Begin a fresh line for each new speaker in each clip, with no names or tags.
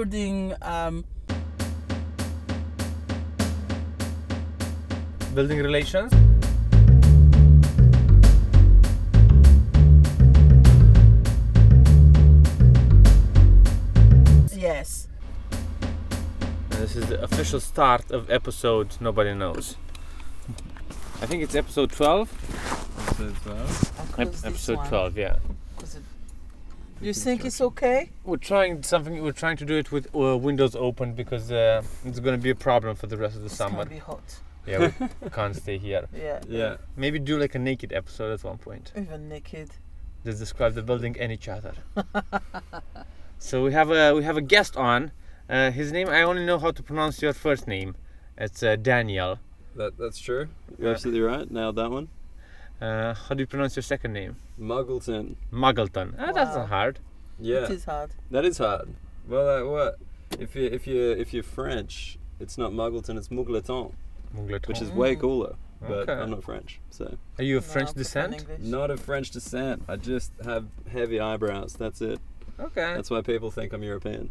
building um,
building relations.
yes
And this is the official start of episode nobody knows. I think it's episode 12.
Episode 12.
I'll
Ep-
close this
episode
one,
12, yeah.
'cause it- you think it's okay
We're trying something. We're trying to do it with uh, windows open because uh, it's going to be a problem for the rest of the
it's
summer.
gonna be hot
Yeah, we can't stay here.
yeah
Yeah.
Maybe do like a naked episode at one point.
even naked
Just describe the building and each other. so we have a we have a guest on. Uh, his name I only know how to pronounce your first name. It's uh, Daniel.
That, that's true. You're
Yeah.
absolutely right. Nailed that one.
Uh, how do you pronounce your second name?
Muggleton.
Muggleton. Ah, That's
Wow.
not hard.
Yeah.
it is hard
That is hard. Well, like what? If you if you if you're French, it's not Muggleton, it's Muggleton,
Muggleton.
which is way cooler. But
Okay.
I'm not French, so
Are you of
No,
French
I prefer
descent?
English.
not of French descent. I just have heavy eyebrows. That's it.
Okay.
That's why people think I'm European.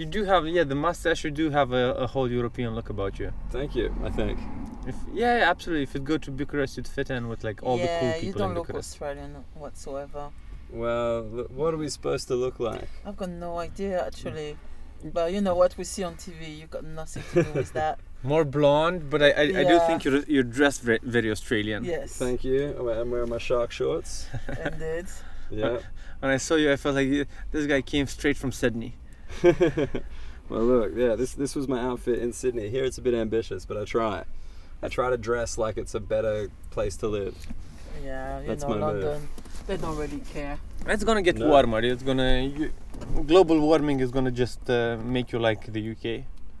you do have yeah the mustache. You do have a, a whole European look about you.
Thank you. I think.
If, yeah, yeah, absolutely. If you'd go to Bucharest, you'd fit in with like all
yeah,
the cool people
you don't
in
look
Bucharest.
Australian whatsoever.
Well, l- what are we supposed to look like?
I've got no idea actually. But you know what we see on TV, you've got nothing to do with that.
More blonde, but I, I, I do
Yeah.
think you're you're dressed very, very Australian.
yes,
Thank you. I'm we- I'm wearing my shark shorts.
indeed.
Yeah.
When I saw you, I felt like you- this guy came straight from Sydney.
well, look, yeah, this this was my outfit in Sydney. Here it's a bit ambitious, but I try. I try to dress like it's a better place to live.
Yeah, you
That's
know
my motive.
London, they don't really care.
It's gonna get
No.
warmer. It's gonna you, global warming is gonna just uh, make you like the UK.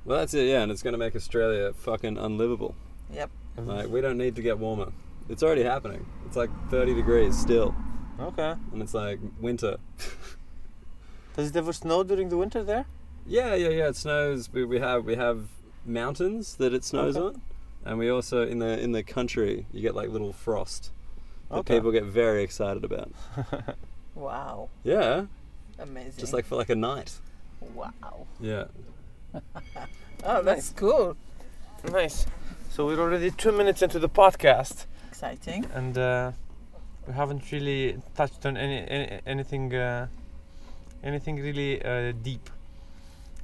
Well, that's it, yeah, and it's going to make Australia fucking unlivable.
Yep.
Like, we don't need to get warmer. It's already happening. It's like 30 degrees still,
Okay.
and it's like winter.
Does it ever snow during the winter there?
Yeah, yeah, yeah. It snows. We, we have we have mountains that it snows
Okay.
on, and we also in the in the country you get like little frost that
Okay.
people get very excited about.
Wow,
Yeah,
amazing.
just like for like a night.
wow.
Yeah.
Oh, that's cool.
Nice. So we're already two minutes into the podcast,
Exciting.
and uh, we haven't really touched on any, any anything uh, anything really uh, deep.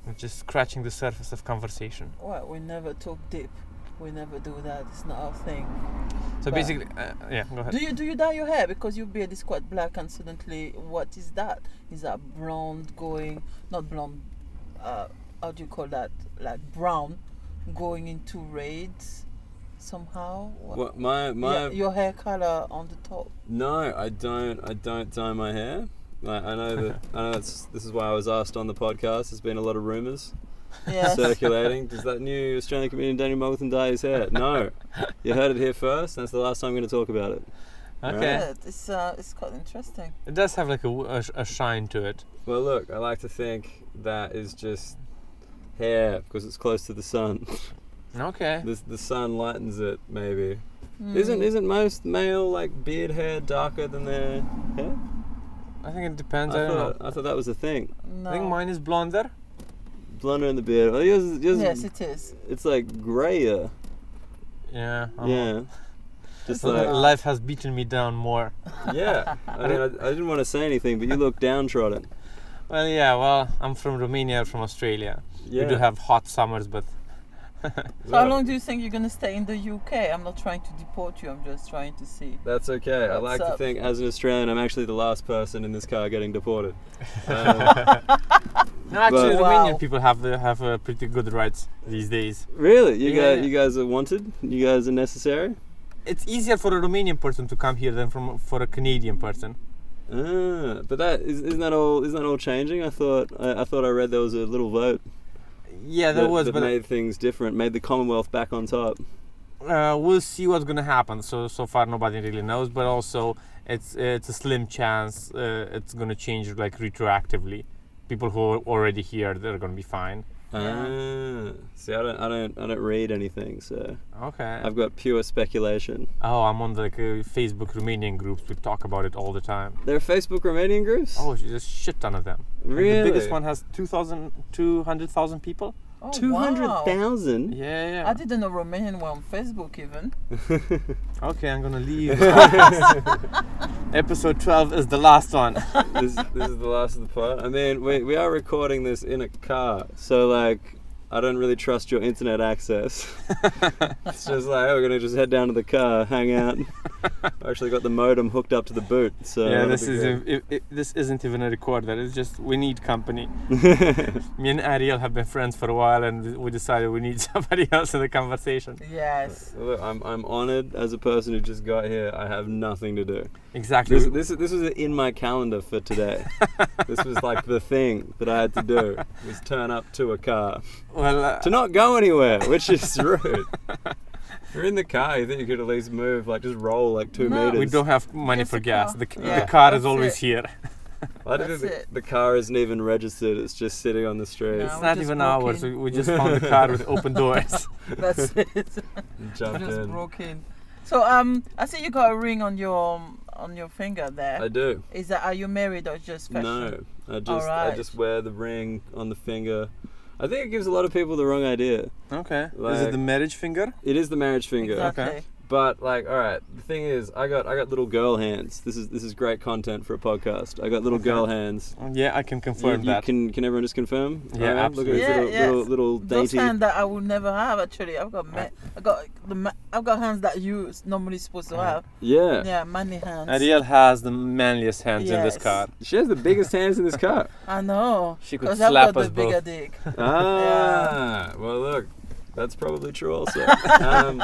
We're just scratching the surface of conversation.
Well, we never talk deep. We never do that. It's not our thing.
So
But-
basically, uh, yeah, go ahead.
Do you do you dye your hair because your beard is quite black and suddenly what is that? Is that blonde going not blonde? Uh, how do you call that? Like brown going into red somehow? What-
What my my
Yeah, your hair color on the top.
No, I don't. I don't dye my hair. Like, I know that. I know that's, this is why I was asked on the podcast. There's been a lot of rumours
Yes.
circulating. Does that new Australian comedian Daniel Muggleton dye his hair? No, you heard it here first. And that's the last time I'm going to talk about it.
Okay.
Yeah, it's uh, it's quite interesting.
It does have like a, w- a sh- a shine to it.
Well, look, I like to think that is just hair because it's close to the sun.
Okay.
the, the sun lightens it, maybe.
Hmm.
Isn't isn't most male like beard hair darker than their hair?
I think it depends. I,
I
don't know.
thought, I thought that was a thing.
No.
I think mine is blonder.
Blunder in the beard. Well, yours, is- yours, is-
Yes, it is.
it's like grayer.
Yeah. I'm-
Yeah. Just
So that
like,
life has beaten me down more.
yeah. I mean, I, I didn't want to say anything, but you look downtrodden.
Well, yeah. Well, I'm from Romania, from Australia.
Yeah.
We do have hot summers, but
So how long do you think you're gonna stay in the UK? I'm not trying to deport you. I'm just trying to see.
That's okay. I
What's
like to
up?
think, as an Australian, I'm actually the last person in this car getting deported. Um,
no, actually,
But-
Romanian
Wow.
people have uh, have uh, pretty good rights these days.
really? You,
Yeah,
guys,
yeah.
you guys are wanted? You guys are necessary?
It's easier for a Romanian person to come here than from for a Canadian person.
Ah, but that is, isn't that all? Isn't that all changing? I thought I, I thought I read there was a little vote
Yeah, there
that,
was,
that
but
made things different, made the Commonwealth back on top.
uh, we'll see what's gonna happen. So so far nobody really knows, but also it's it's a slim chance uh, it's gonna change like retroactively. People who are already here they're gonna be fine.
Ah, see, I don't, I don't, I don't read anything, so
Okay.
I've got pure speculation.
oh, I'm on the like, uh, Facebook Romanian groups. We talk about it all the time.
There are Facebook Romanian groups.
Oh, there's a shit ton of them. Like,
Really?
The biggest one has 2,000 200,000 people.
Oh, wow.
200,000?
Yeah, yeah.
I didn't know Romanian were on Facebook even.
Okay, I'm gonna leave. Episode 12 is the last one.
this, this is the last of the part. I mean, we, we are recording this in a car, so like, I don't really trust your internet access. it's just like, oh, we're gonna just head down to the car, hang out. I actually got the modem hooked up to the boot, so
yeah,
that'll
this
be
is
good.
i- i- this isn't even a recorder. It's just we need company. Me and Ariel have been friends for a while, and we decided we need somebody else in the conversation.
Yes.
Look, I'm, I'm honored as a person who just got here. I have nothing to do.
Exactly.
This, this, this was in my calendar for today. this was like the thing that I had to do was turn up to a car.
well, uh,
to not go anywhere, which is rude. You're in the car. You think you could at least move, like just roll like two
No.
meters.
we don't have money
Just
for
a
gas.
car.
The, c-
Yeah,
the car
that's
is always
it.
here.
I don't think
That's
the,
it.
the car isn't even registered. It's just sitting on the street.
No.
it's
we
not
just
even
broke
ours. We,
in.
we just found the car with open doors.
That's it.
You Jumped
just
in.
broke in. So um, I see you got a ring on your um, on your finger there.
I do.
Is that are you married or just fashion?
No, I just I
Alright.
just wear the ring on the finger. I think it gives a lot of people the wrong idea.
Okay. is
Like-
it the marriage finger?
It is the marriage finger,
Exactly.
Okay.
but like, all right. The thing is, I got I got little girl hands. This is this is great content for a podcast. I got little
Okay.
girl hands.
Oh, Yeah, I can
You,
confirm
you
that.
can can everyone just confirm?
Yeah,
Alright, Look at
absolutely.
this
Yeah,
little,
yes.
little little
Those
dainty
hands that I will never have actually. I've got ma- I got the ma- I've got hands that you s- normally supposed to have.
Yeah.
Yeah, manly hands.
Ariel has the manliest hands in this
Yes.
car.
She has the biggest hands in this car.
I know.
She could
Because I've
slap
got
us
the bigger
both.
dick.
ah, well, look, that's probably true also. um,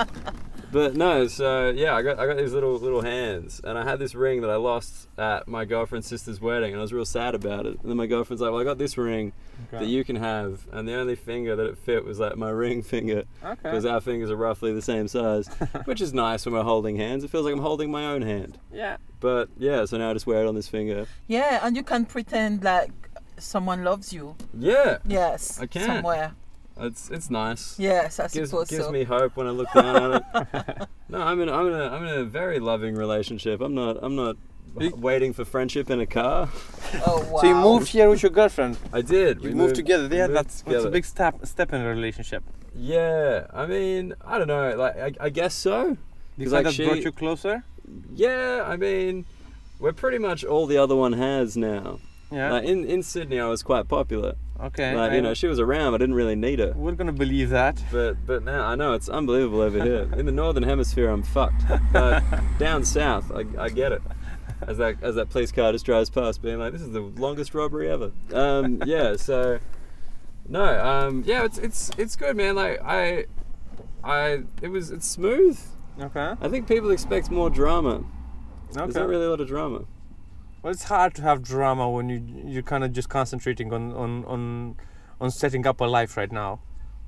but no, so yeah, I got I got these little little hands, and I had this ring that I lost at my girlfriend's sister's wedding, and I was real sad about it. And then my girlfriend's like, "Well, I got this ring that you can have," and the only finger that it fit was like my ring finger because
Okay.
our fingers are roughly the same size, which is nice when we're holding hands. It feels like I'm holding my own hand.
Yeah.
But yeah, so now I just wear it on this finger.
Yeah, and you can pretend like someone loves you.
Yeah,
Yes.
I can.
Somewhere.
it's it's nice.
Yes, I
gives,
suppose
gives
so.
me hope when I look down at it. No, I'm in I'm in a I'm in a very loving relationship. I'm not I'm not
You-
waiting for friendship in a car.
Oh wow.
So you moved here with your girlfriend.
I did.
You moved together.
we
Yeah,
moved
that's, that's a big step step in a relationship.
Yeah, I mean, I don't know. Like, I, I guess so.
You
'Cause,
said
like,
that
she-
brought you closer.
Yeah, I mean, we're pretty much all the other one has now.
Yeah.
Like in in Sydney, I was quite popular.
okay.
like
I-
you know, she was around. I didn't really need her.
we're gonna believe that.
But but now I know it's unbelievable over here. In the northern hemisphere, I'm fucked. But down south, I, I get it. As that as that police car just drives past, being like, "This is the longest robbery ever." Um, yeah. So no. Um, yeah. It's it's it's good, man. Like I I it was it's smooth.
Okay.
I think people expect more drama. There's
Okay.
not really a lot of drama.
Well, it's hard to have drama when you you're kind of just concentrating on on on on setting up a life right now.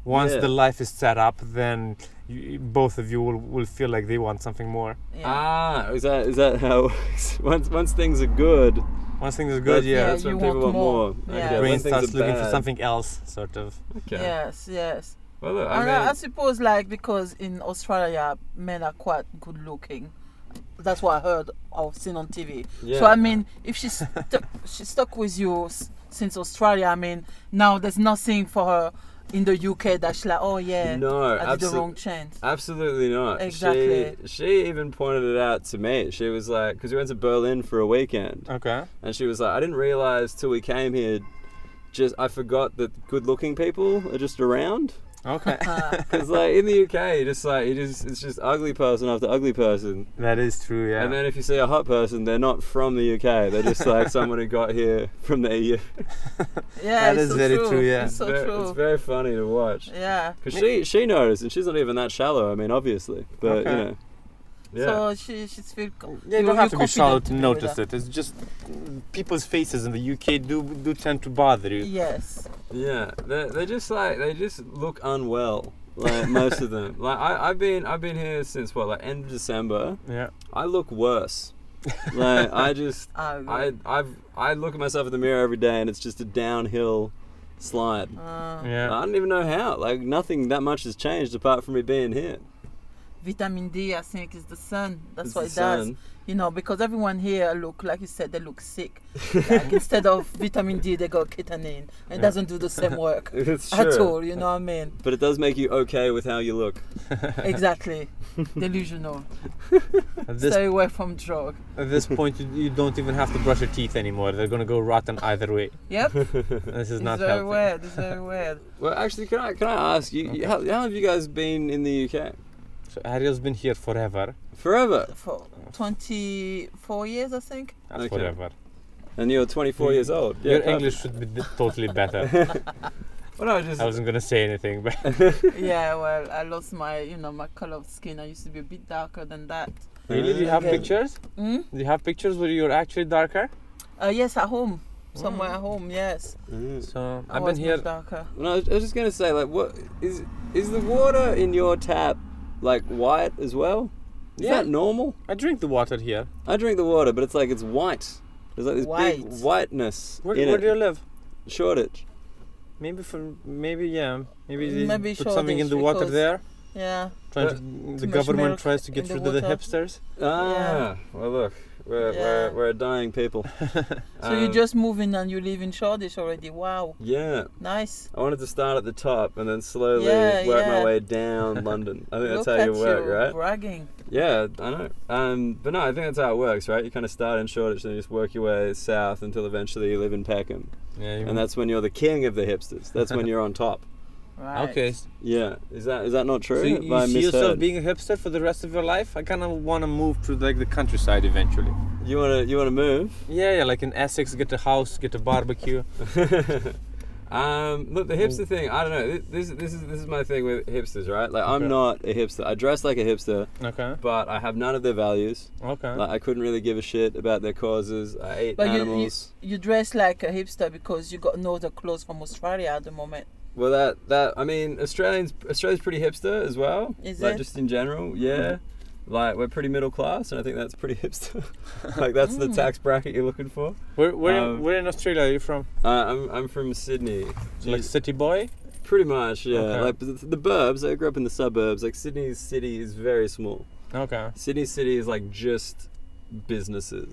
Once
Yeah.
the life is set up, then you, both of you will, will feel like they want something more.
Yeah.
Ah, is that is that how? it works? once once things are good,
Once things are good, yeah,
that's when
you
people
want
want more.
more.
Okay,
Yeah.
when
brain
things
starts
are
looking for
bad-
something else, sort of.
Okay.
Yes, yes.
Well, look, I
and
mean,
I, I suppose like because in Australia men are quite good looking. That's what I heard or seen on TV. So
Yeah.
I mean, if she's stu- she's stuck with you s- since Australia, I mean, now there's nothing for her in the UK that she's like, oh yeah,
No,
I did the
absol-
wrong change.
Absolutely not.
Exactly.
She, she even pointed it out to me. She was like, because we went to Berlin for a weekend,
Okay.
and she was like, I didn't realize till we came here, just I forgot that good-looking people are just around.
Okay.
Because like in the UK, you just like you just it's just ugly person after ugly person,
that is true. Yeah.
and then if you see a hot person, they're not from the UK. They're just like someone who got here from the EU.
Yeah,
That
it's
is
so
very
true.
true, yeah.
It's so
very,
true.
It's very funny to watch.
yeah.
Because she she noticed, and she's not even that shallow. I mean, obviously, but
Okay.
you know, yeah.
So she she's feel. co-
Yeah, you don't have to be
you're
shallow
confident
to
be
notice
with her.
it. It's just mm, people's faces in the UK do do tend to bother you.
Yes.
Yeah, they're, they're just like they just look unwell. Like most of them. Like I, I've been I've been here since what like end of December.
Yeah.
I look worse. Like I just
I agree.
I I've I look at myself in the mirror every day and it's just a downhill slide.
Uh,
Yeah.
I don't even know how. Like nothing that much has changed apart from me being here.
Vitamin D, I think, is the sun. That's
It's um,
what
the
it does.
sun.
You know, because everyone here look like you said they look sick. Like instead of vitamin D, they got ketamine. It
Yeah.
doesn't do the same work
It's
at
true.
all. You know what I mean?
But it does make you okay with how you look.
Exactly. Delusional.
At this,
Stay away from drug.
at this point, you, you don't even have to brush your teeth anymore. They're gonna go rotten either way.
Yep.
This is
it's
not
very
healthy.
weird. It's very weird.
Well, actually, can I can I ask you you- how, how have you guys been in the UK
So Ariel's been here forever.
forever?
For 24 years, I think.
That's
Okay.
forever.
And you're 24 years old. Yeah, uh,
Your
perfect.
Mm. English should be d- totally better.
Well, no, just
I wasn't gonna say anything, but
yeah. Well, I lost my, you know, my color of skin. I used to be a bit darker than that.
really, do you have
Okay.
pictures?
Mm?
Do you have pictures where you're actually darker?
Uh, yes, at home. Somewhere at home. Yes.
Mm.
So
I
I've been
was Oh, much
here.
Darker.
Well, no, I was I was just gonna say, like, what is is the water in your tap like white as well? Is
Yeah.
that normal?
I drink the water here.
I drink the water, but it's like it's white. There's like this big
White.
whiteness
Where,
in
where
it.
do you live?
Shortage.
Maybe for maybe yeah. Maybe they
Maybe
put something in
shortage
the water
because-
there.
Yeah.
Trying
Uh,
to, the
much
government
milk
tries to get
in the
rid of the
water.
hipsters.
Ah, well, look, we're
Yeah.
we're, we're a dying people.
So you
Um,
just move in and you live in Shoreditch already. Wow.
yeah.
Nice.
I wanted to start at the top and then slowly
Yeah,
work
yeah.
my way down London. I think
Look
that's how
at
you work, right?
bragging.
Yeah, I know. Um, but no, I think that's how it works, right? You kind of start in Shoreditch, then you just work your way south until eventually you live in Peckham,
Yeah. you-
and that's when you're the king of the hipsters. That's when you're on top.
Right.
okay. s-
Yeah, is that is that not true?
So you,
Have I uh,
you see yourself
misheard?
being a hipster for the rest of your life? I kind of want to move to like the countryside eventually.
you wanna you wanna move?
Yeah, yeah, like in Essex, get a house, get a barbecue.
um, look, the hipster thing. I don't know. This this is this is my thing with hipsters, right? Like I'm
Okay.
not a hipster. I dress like a hipster,
Okay,
but I have none of their values.
okay.
Like I couldn't really give a shit about their causes. I ate
But you- you-
animals.
You dress like a hipster because you got no other clothes from Australia at the moment.
Well, that that I mean, Australians Australia's pretty hipster as well.
Is
like
it?
just in general, yeah. Like we're pretty middle class, and I think that's pretty hipster. like that's
Mm.
the tax bracket you're looking for.
Where, where,
um,
where in Australia are you from?
Uh, I'm I'm from Sydney.
So like
Jeez.
city boy?
pretty much, yeah.
Okay.
Like the, the burbs. I grew up in the suburbs. Like Sydney's city is very small.
Okay.
Sydney city is like just businesses.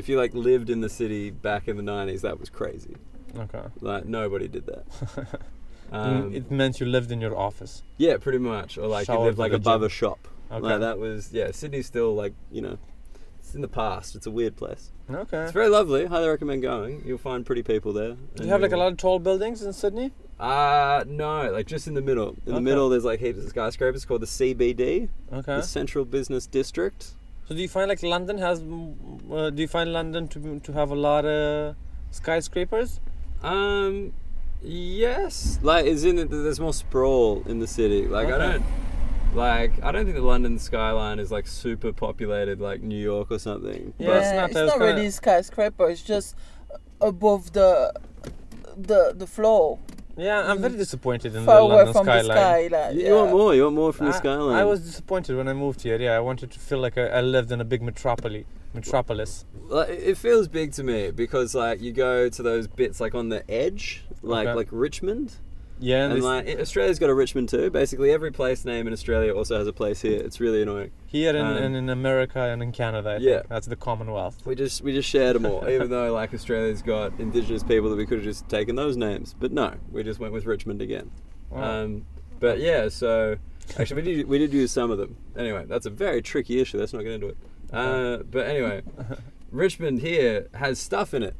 If you like lived in the city back in the '90s, that was crazy.
Okay.
Like nobody did that. Um,
Mm, it meant you lived in your office.
Yeah, pretty much. Or like you
Shower
live like
village.
above a shop.
Okay.
Like that was yeah. Sydney's still like you know, it's in the past. It's a weird place.
Okay.
It's very lovely. Highly recommend going. You'll find pretty people there.
Uh, Do you have like a lot of tall buildings in Sydney?
Uh no, like just in the middle. In the
Okay.
middle, there's like heaps of skyscrapers called the CBD,
Okay.
the Central Business District.
So do you find like London has? mm, Uh, do you find London to to have a lot of skyscrapers?
Um, yes. Like, is in that there's more sprawl in the city. Like, I
Okay.
don't. Like, I don't think the London skyline is like super populated, like New York or something.
Yeah,
But-
it's not
it's
those
not
kinda-
really skyscraper. It's just above the the the floor,
Yeah, I'm very disappointed in
far
the
away
London
from
skyline.
the sky. Like,
You
yeah.
want more? You want more from the
I-
skyline?
I, was disappointed when I moved here. Yeah, I wanted to feel like I, I lived in a big metropole, metropolis.
Like, it feels big to me because like you go to those bits like on the edge, like
Okay.
like Richmond,
Yeah, and
and
this-
like i- Australia's got a Richmond too. Basically, every place name in Australia also has a place here. It's really annoying.
here in,
um,
and in America and in Canada, I
Yeah.
think that's the Commonwealth.
We just we just shared them all, even though like Australia's got Indigenous people that we could have just taken those names, but no, we just went with Richmond again.
Wow.
Um, but yeah, so actually we did we did use some of them. Anyway, that's a very tricky issue. Let's not get into it. Uh, but anyway, Richmond here has stuff in it.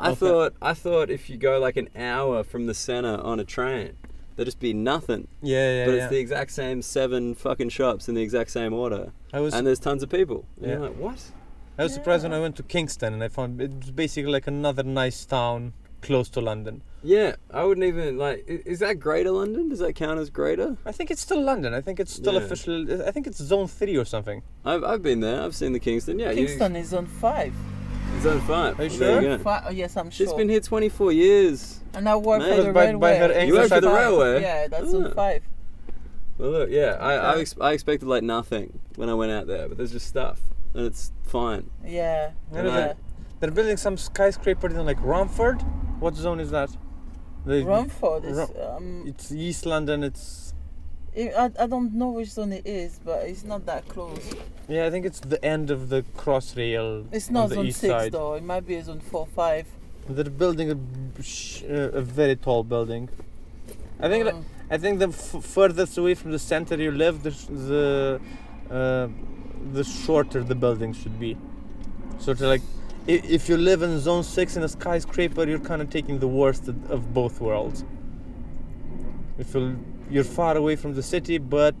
I
Okay.
thought I thought if you go like an hour from the center on a train, there'd just be nothing.
yeah, yeah,
but
yeah.
it's the exact same seven fucking shops in the exact same order,
I was
and there's tons of people. And
Yeah.
You're like, what?
I was surprised when I went to Kingston and I found it was basically like another nice town close to London.
Yeah, I wouldn't even like. i- Is that Greater London? Does that count as Greater?
I think it's still London. I think it's still
Yeah.
official. I think it's Zone Three or something.
I've, I've been there. I've seen the Kingston. Yeah, you-
Kingston is on five.
it's on five.
Are you
There
sure?
go.
Fi- oh, yes, I'm
She's
sure.
been here 24 years.
and I work
Mate.
for the
By-
railway.
by her
It's
You work
on
for the
five.
railway?
Yeah, that's on
Ah.
five.
Well, look, yeah, I, I,
Okay.
ex- I expected like nothing when I went out there, but there's just stuff, and it's fine.
Yeah.
Yeah,
yeah.
but- They're building some skyscraper in like Romford. What zone is that? The,
Romford is
Ro-
um,
It's East London. It's
I, I don't know which zone it is, but it's not that close.
Yeah, I think it's the end of the crossrail.
It's
on
not
the
zone
east
six
side.
though. It might be a zone four, five.
They're building a, b- sh- uh, a very tall building. I think that-
Mm.
I think the f- furthest away from the center you live, the sh- the, uh, the shorter the building should be. Sort of like, i- if you live in Zone Six in a skyscraper, you're kind of taking the worst of- of both worlds. If you you're far away from the city, but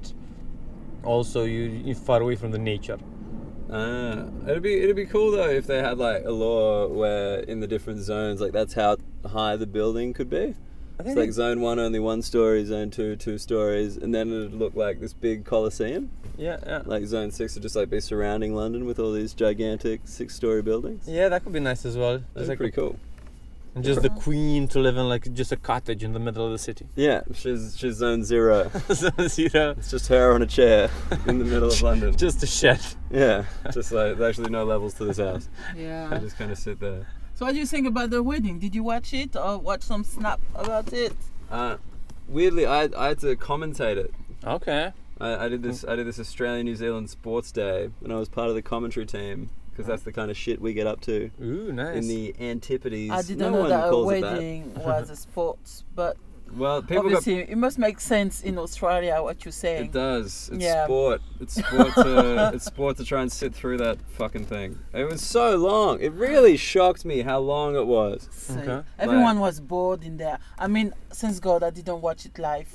also you you're far away from the nature.
Ah, it'd be it'd be cool though if they had like a law where in the different zones, like that's how high the building could be.
I
It's
think
like zone one only one story, zone two two stories, and then it'd look like this big coliseum.
yeah, yeah.
Like zone six would just like be surrounding London with all these gigantic six story buildings.
Yeah, that could be nice as well.
That'd
Just,
be
like
pretty cool.
a- just the queen to live in like just a cottage in the middle of the city.
Yeah, she's she's zone zero.
So, you know,
It's just her on a chair in the middle of London.
just a shed.
Yeah, just like there's actually no levels to this house. I
Yeah.
just kind of sit there.
so what do you think about the wedding? Did you watch it or watch some snap about it?
Uh, weirdly, I, I had to commentate it.
Okay.
I, I did
Hmm.
this I did this Australia New Zealand Sports Day, and I was part of the commentary team because that's the kind of shit we get up to
Ooh, nice.
in the antipodes.
I didn't
no
know
one
that a
calls it that.
wedding was a sport, but
Well, people got
obviously it must make sense in Australia what you're saying.
it does. It's
Yeah.
sport. It's sport to it's sport to try and sit through that fucking thing. It was so long. It really shocked me how long it was.
So
Okay.
Everyone was bored in there. I mean, since God, I didn't watch it live.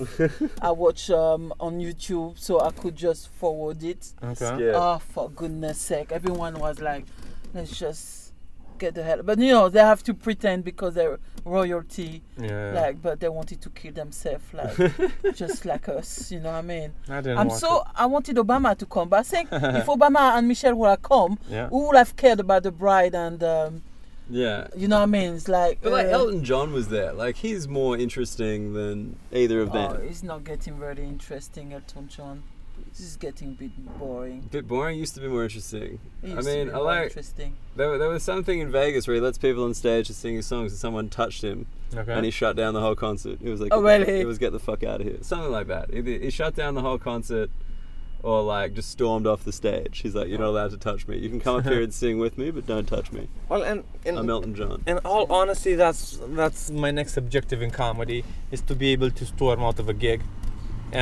I watch um, on YouTube, so I could just forward it.
okay.
Yeah.
Oh, for goodness sake. Everyone was like, let's just get the hell. But you know, they have to pretend because they're royalty,
Yeah.
like, but they wanted to kill themselves, like, just like us, you know what I mean?
I didn't
I'm
watch
so, I wanted Obama to come, but I think if Obama and Michelle would have come,
it. Yeah.
who would have cared about the bride and, um,
Yeah.
you know what I mean? It's like.
But like
uh,
Elton John was there. Like he's more interesting than either of
Oh,
them.
it's not getting very interesting, Elton John. This is getting a bit boring.
bit boring. Used to be more interesting.
It
I
used to
mean,
be
I
more
like-
interesting.
There, there was something in Vegas where he lets people on stage to sing his songs, and someone touched him,
Okay.
and he shut down the whole concert. It was like,
Oh,
get the fuck-
really?
It was get the fuck out of here. Something like that. Either he shut down the whole concert, or like just stormed off the stage. He's like, you're not allowed to touch me. You can come up here and sing with me, but don't touch me.
well, and in,
I'm Elton John.
in all honesty, that's that's my next objective in comedy is to be able to storm out of a gig,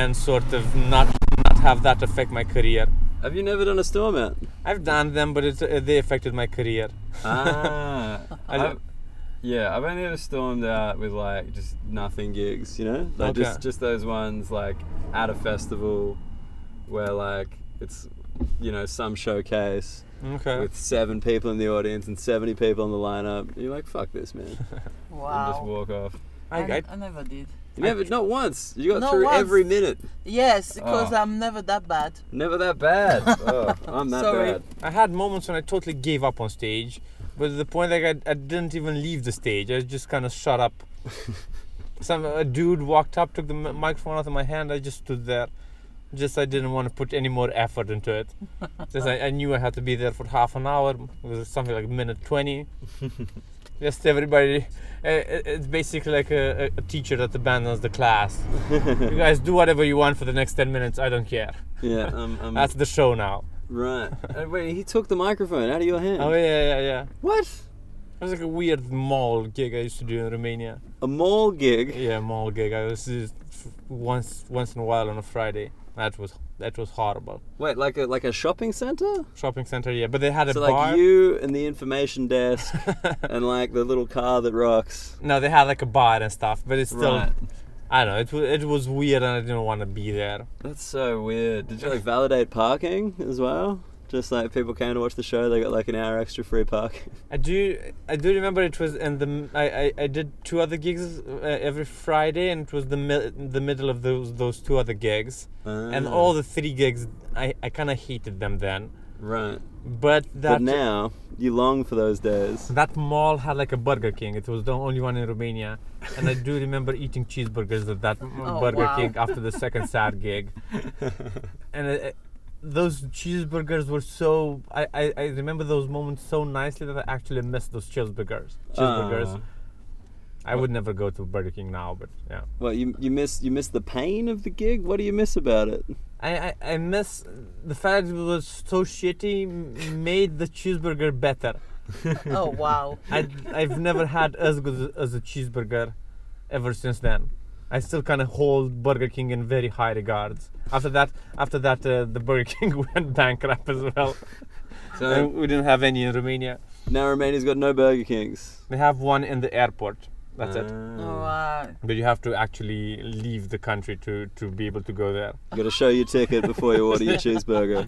and sort of not not have that affect my career.
Have you never done a storm out?
I've done them, but it, uh, they affected my career.
ah,
I
I've-
don't-
yeah, I've only ever stormed out with like just nothing gigs, you know, like
Okay.
just just those ones like at a festival where like it's you know some showcase
Okay.
with seven people in the audience and seventy people in the lineup. You're like, fuck this, man, and just
Wow.
walk off.
I, I,
never did.
You never, not once. You got
Not
through
once.
every minute.
Yes, because
Oh.
I'm never that bad.
Never that bad. Oh, I'm that
Sorry.
bad.
I had moments when I totally gave up on stage, but the point like I, I didn't even leave the stage. I just kind of shut up. Some a dude walked up, took the mi- microphone out of my hand. I just stood there. Just I didn't want to put any more effort into it. Just I, I knew I had to be there for half an hour. It was something like minute twenty. just everybody. Uh, it- it's basically like a, a- a teacher that abandons the class. you guys do whatever you want for the next ten minutes. I don't care.
Yeah, I'm, I'm
That's the show now.
right. And wait, he took the microphone out of your hand.
Oh yeah, yeah, yeah.
What?
It was like a weird mall gig I used to do in Romania.
A mall gig?
Yeah, mall gig. I was just f- once once in a while on a Friday. That was that was horrible.
Wait, like a like a shopping center?
Shopping center, yeah, but they had a
So
bar.
like you and the information desk and like the little car that rocks.
no, they had like a bar and stuff, but it's still
Right.
I don't know. It was it was weird, and I didn't want to be there.
That's so weird. Did you like validate parking as well? Just like people came to watch the show, they got like an hour extra free parking.
I do I do remember it was in the I I, I did two other gigs uh, every Friday, and it was the mi- the middle of those those two other gigs, and
Ah,
all the three gigs I I kind of hated them then,
right.
but that
but now you long for those days.
That mall had like a Burger King. It was the only one in Romania, and I do remember eating cheeseburgers at that m-
Oh,
Burger
wow.
King after the second sad gig. And uh, uh, those cheeseburgers were so. I, I, I remember those moments so nicely that I actually miss those cheeseburgers. Cheeseburgers.
Ah.
I would never go to Burger King now, but yeah.
Well, you you miss you miss the pain of the gig. What do you miss about it?
I, I, I miss the fact it was so shitty m- made the cheeseburger better.
Oh wow.
I, I've never had as good as a cheeseburger ever since then. I still kind of hold Burger King in very high regards. After that, after that, uh, the Burger King went bankrupt as well.
So
And we didn't have any in Romania.
now Romania's got no Burger Kings.
They have one in the airport. That's it.
All
Ah.
right.
But you have to actually leave the country to, to be able to go there.
You got to show your ticket before you order your cheeseburger.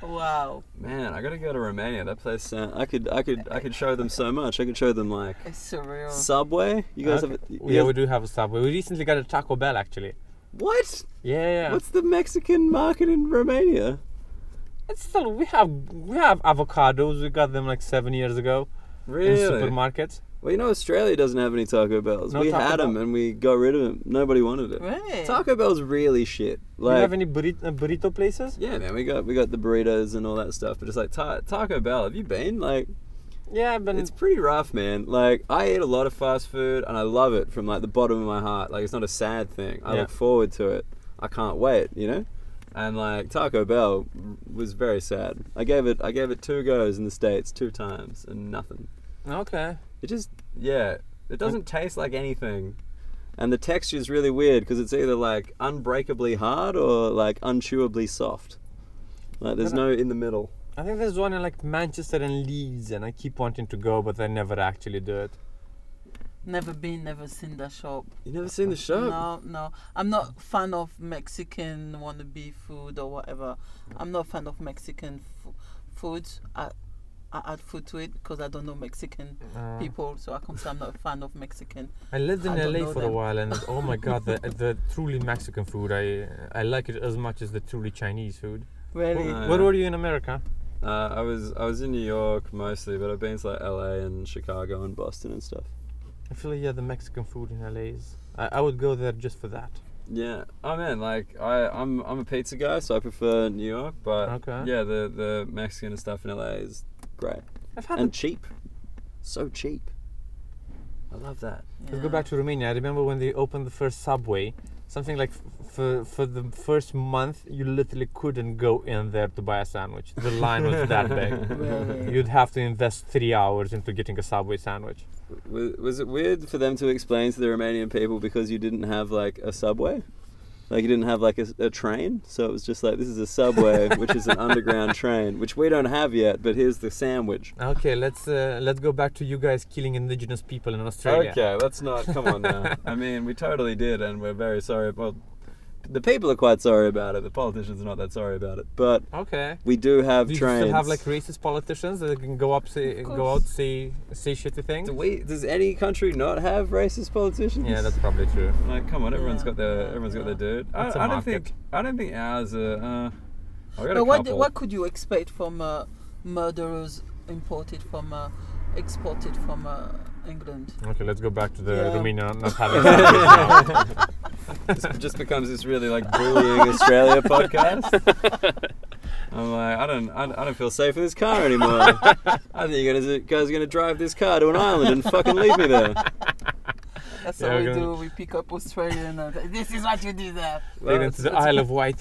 Wow.
Man, I gotta go to Romania. That place. sound Uh, I could I could I could show them so much. I could show them like
It's surreal.
Subway. You guys have
Okay.
you
yeah,
guys-
we do have a subway. We recently got a Taco Bell actually.
what?
Yeah, yeah.
What's the Mexican market in Romania?
It's still we have we have avocados. We got them like seven years ago in supermarkets.
Well, you know Australia doesn't have any Taco Bells.
No
we
Taco
had them
Bell.
and we got rid of them. Nobody wanted it.
Really?
Taco Bell's really shit.
do you
Like
have any burrito, uh, burrito places?
yeah, man, we got we got the burritos and all that stuff, but it's like ta- Taco Bell. Have you been? Like
Yeah, but
it's pretty rough, man. Like I eat a lot of fast food and I love it from like the bottom of my heart. Like it's not a sad thing. I
Yeah.
look forward to it. I can't wait, you know? And like Taco Bell was very sad. I gave it I gave it two goes in the states two times and nothing.
okay.
It just, yeah, it doesn't taste like anything. And the texture is really weird because it's either like unbreakably hard or like unchewably soft. Like there's
And I-
no in the middle.
I think there's one in like Manchester and Leeds, and I keep wanting to go, but I never actually do it.
Never been, never seen that shop.
You never seen the shop?
No, no. I'm not fan of Mexican wannabe food or whatever. I'm not fan of Mexican f- food. I, I add food to it because I don't know Mexican
Uh,
people, so I can say I'm not a fan of Mexican.
I lived in
I don't
LA
know
for a
them.
while, and oh my god, the, the truly Mexican food, I I like it as much as the truly Chinese food.
Really?
Uh,
Where were you in America?
Uh, I was I was in New York mostly, but I've been to like LA and Chicago and Boston and stuff.
I feel like yeah, the Mexican food in LA is. I, I would go there just for that.
Yeah. Oh man, like I I'm I'm a pizza guy, so I prefer New York, but
Okay.
yeah, the the Mexican and stuff in LA is great
I've had.
and
it.
cheap. So cheap. I love that.
Let's go back to Romania. I remember when they opened the first subway. Something like f- for for the first month, you literally couldn't go in there to buy a sandwich. The line was that big.
Really?
You'd have to invest three hours into getting a subway sandwich.
Was, was it weird for them to explain to the Romanian people because you didn't have like a subway? Like you didn't have like a, a train? So it was just like, this is a subway, which is an underground train, which we don't have yet, but here's the sandwich.
Okay, let's uh, let's go back to you guys killing indigenous people in Australia.
Okay, let's not. Come on now. I mean, we totally did, and we're very sorry. Well, the people are quite sorry about it. The politicians are not that sorry about it. But
Okay.
we do have
Do you
trains.
still have like racist politicians that can go up, say,
Of
go
course.
out, say, say shitty things?
do we, does any country not have racist politicians?
Yeah, that's probably true.
Like, come on, everyone's
Yeah,
got their
yeah,
everyone's got
yeah.
their dude. I,
It's a
I don't
market.
think I don't think ours are. Uh, I got a
But what,
couple.
what could you expect from uh, murderers imported from, uh, exported from uh, England?
Okay, let's go back to the
Yeah.
Romanian not having sandwich now.
This just becomes this really like bullying Australia podcast. I'm like, I don't, I, I don't feel safe in this car anymore. I think you guys are- guys are gonna drive this car to an island and fucking leave me there.
That's
Yeah,
what we
we're
do.
gonna-
We pick up Australian and this is what you deserve.
They went to the Isle of Wight.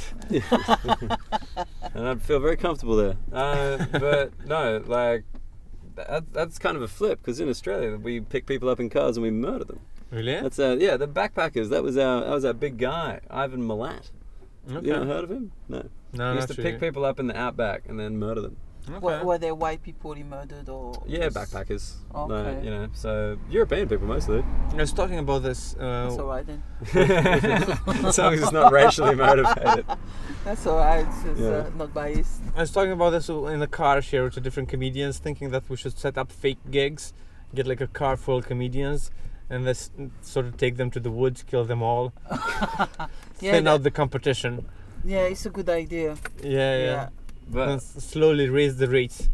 and I'd feel very comfortable there. Uh, but no, like. That, that's kind of a flip because in Australia we pick people up in cars and we murder them.
Really?
That's uh, yeah, the backpackers. That was our that was our big guy, Ivan Milat.
okay.
You not heard of him? No.
No,
He
not
used to
really.
pick people up in the outback and then murder them.
Were,
Okay.
were there white people he murdered or?
Yeah,
just-
backpackers.
Okay.
Like, you know, so European people mostly.
I was talking about this.
That's
Uh,
alright then.
as long as it's not racially motivated.
That's alright. It's just,
Yeah.
uh, not biased.
I was talking about this in the car share to different comedians, thinking that we should set up fake gigs, get like a car full of comedians, and this sort of take them to the woods, kill them all,
Yeah,
thin
that-
out the competition.
Yeah, it's a good idea.
Yeah, yeah. And
But
s- slowly raise the rates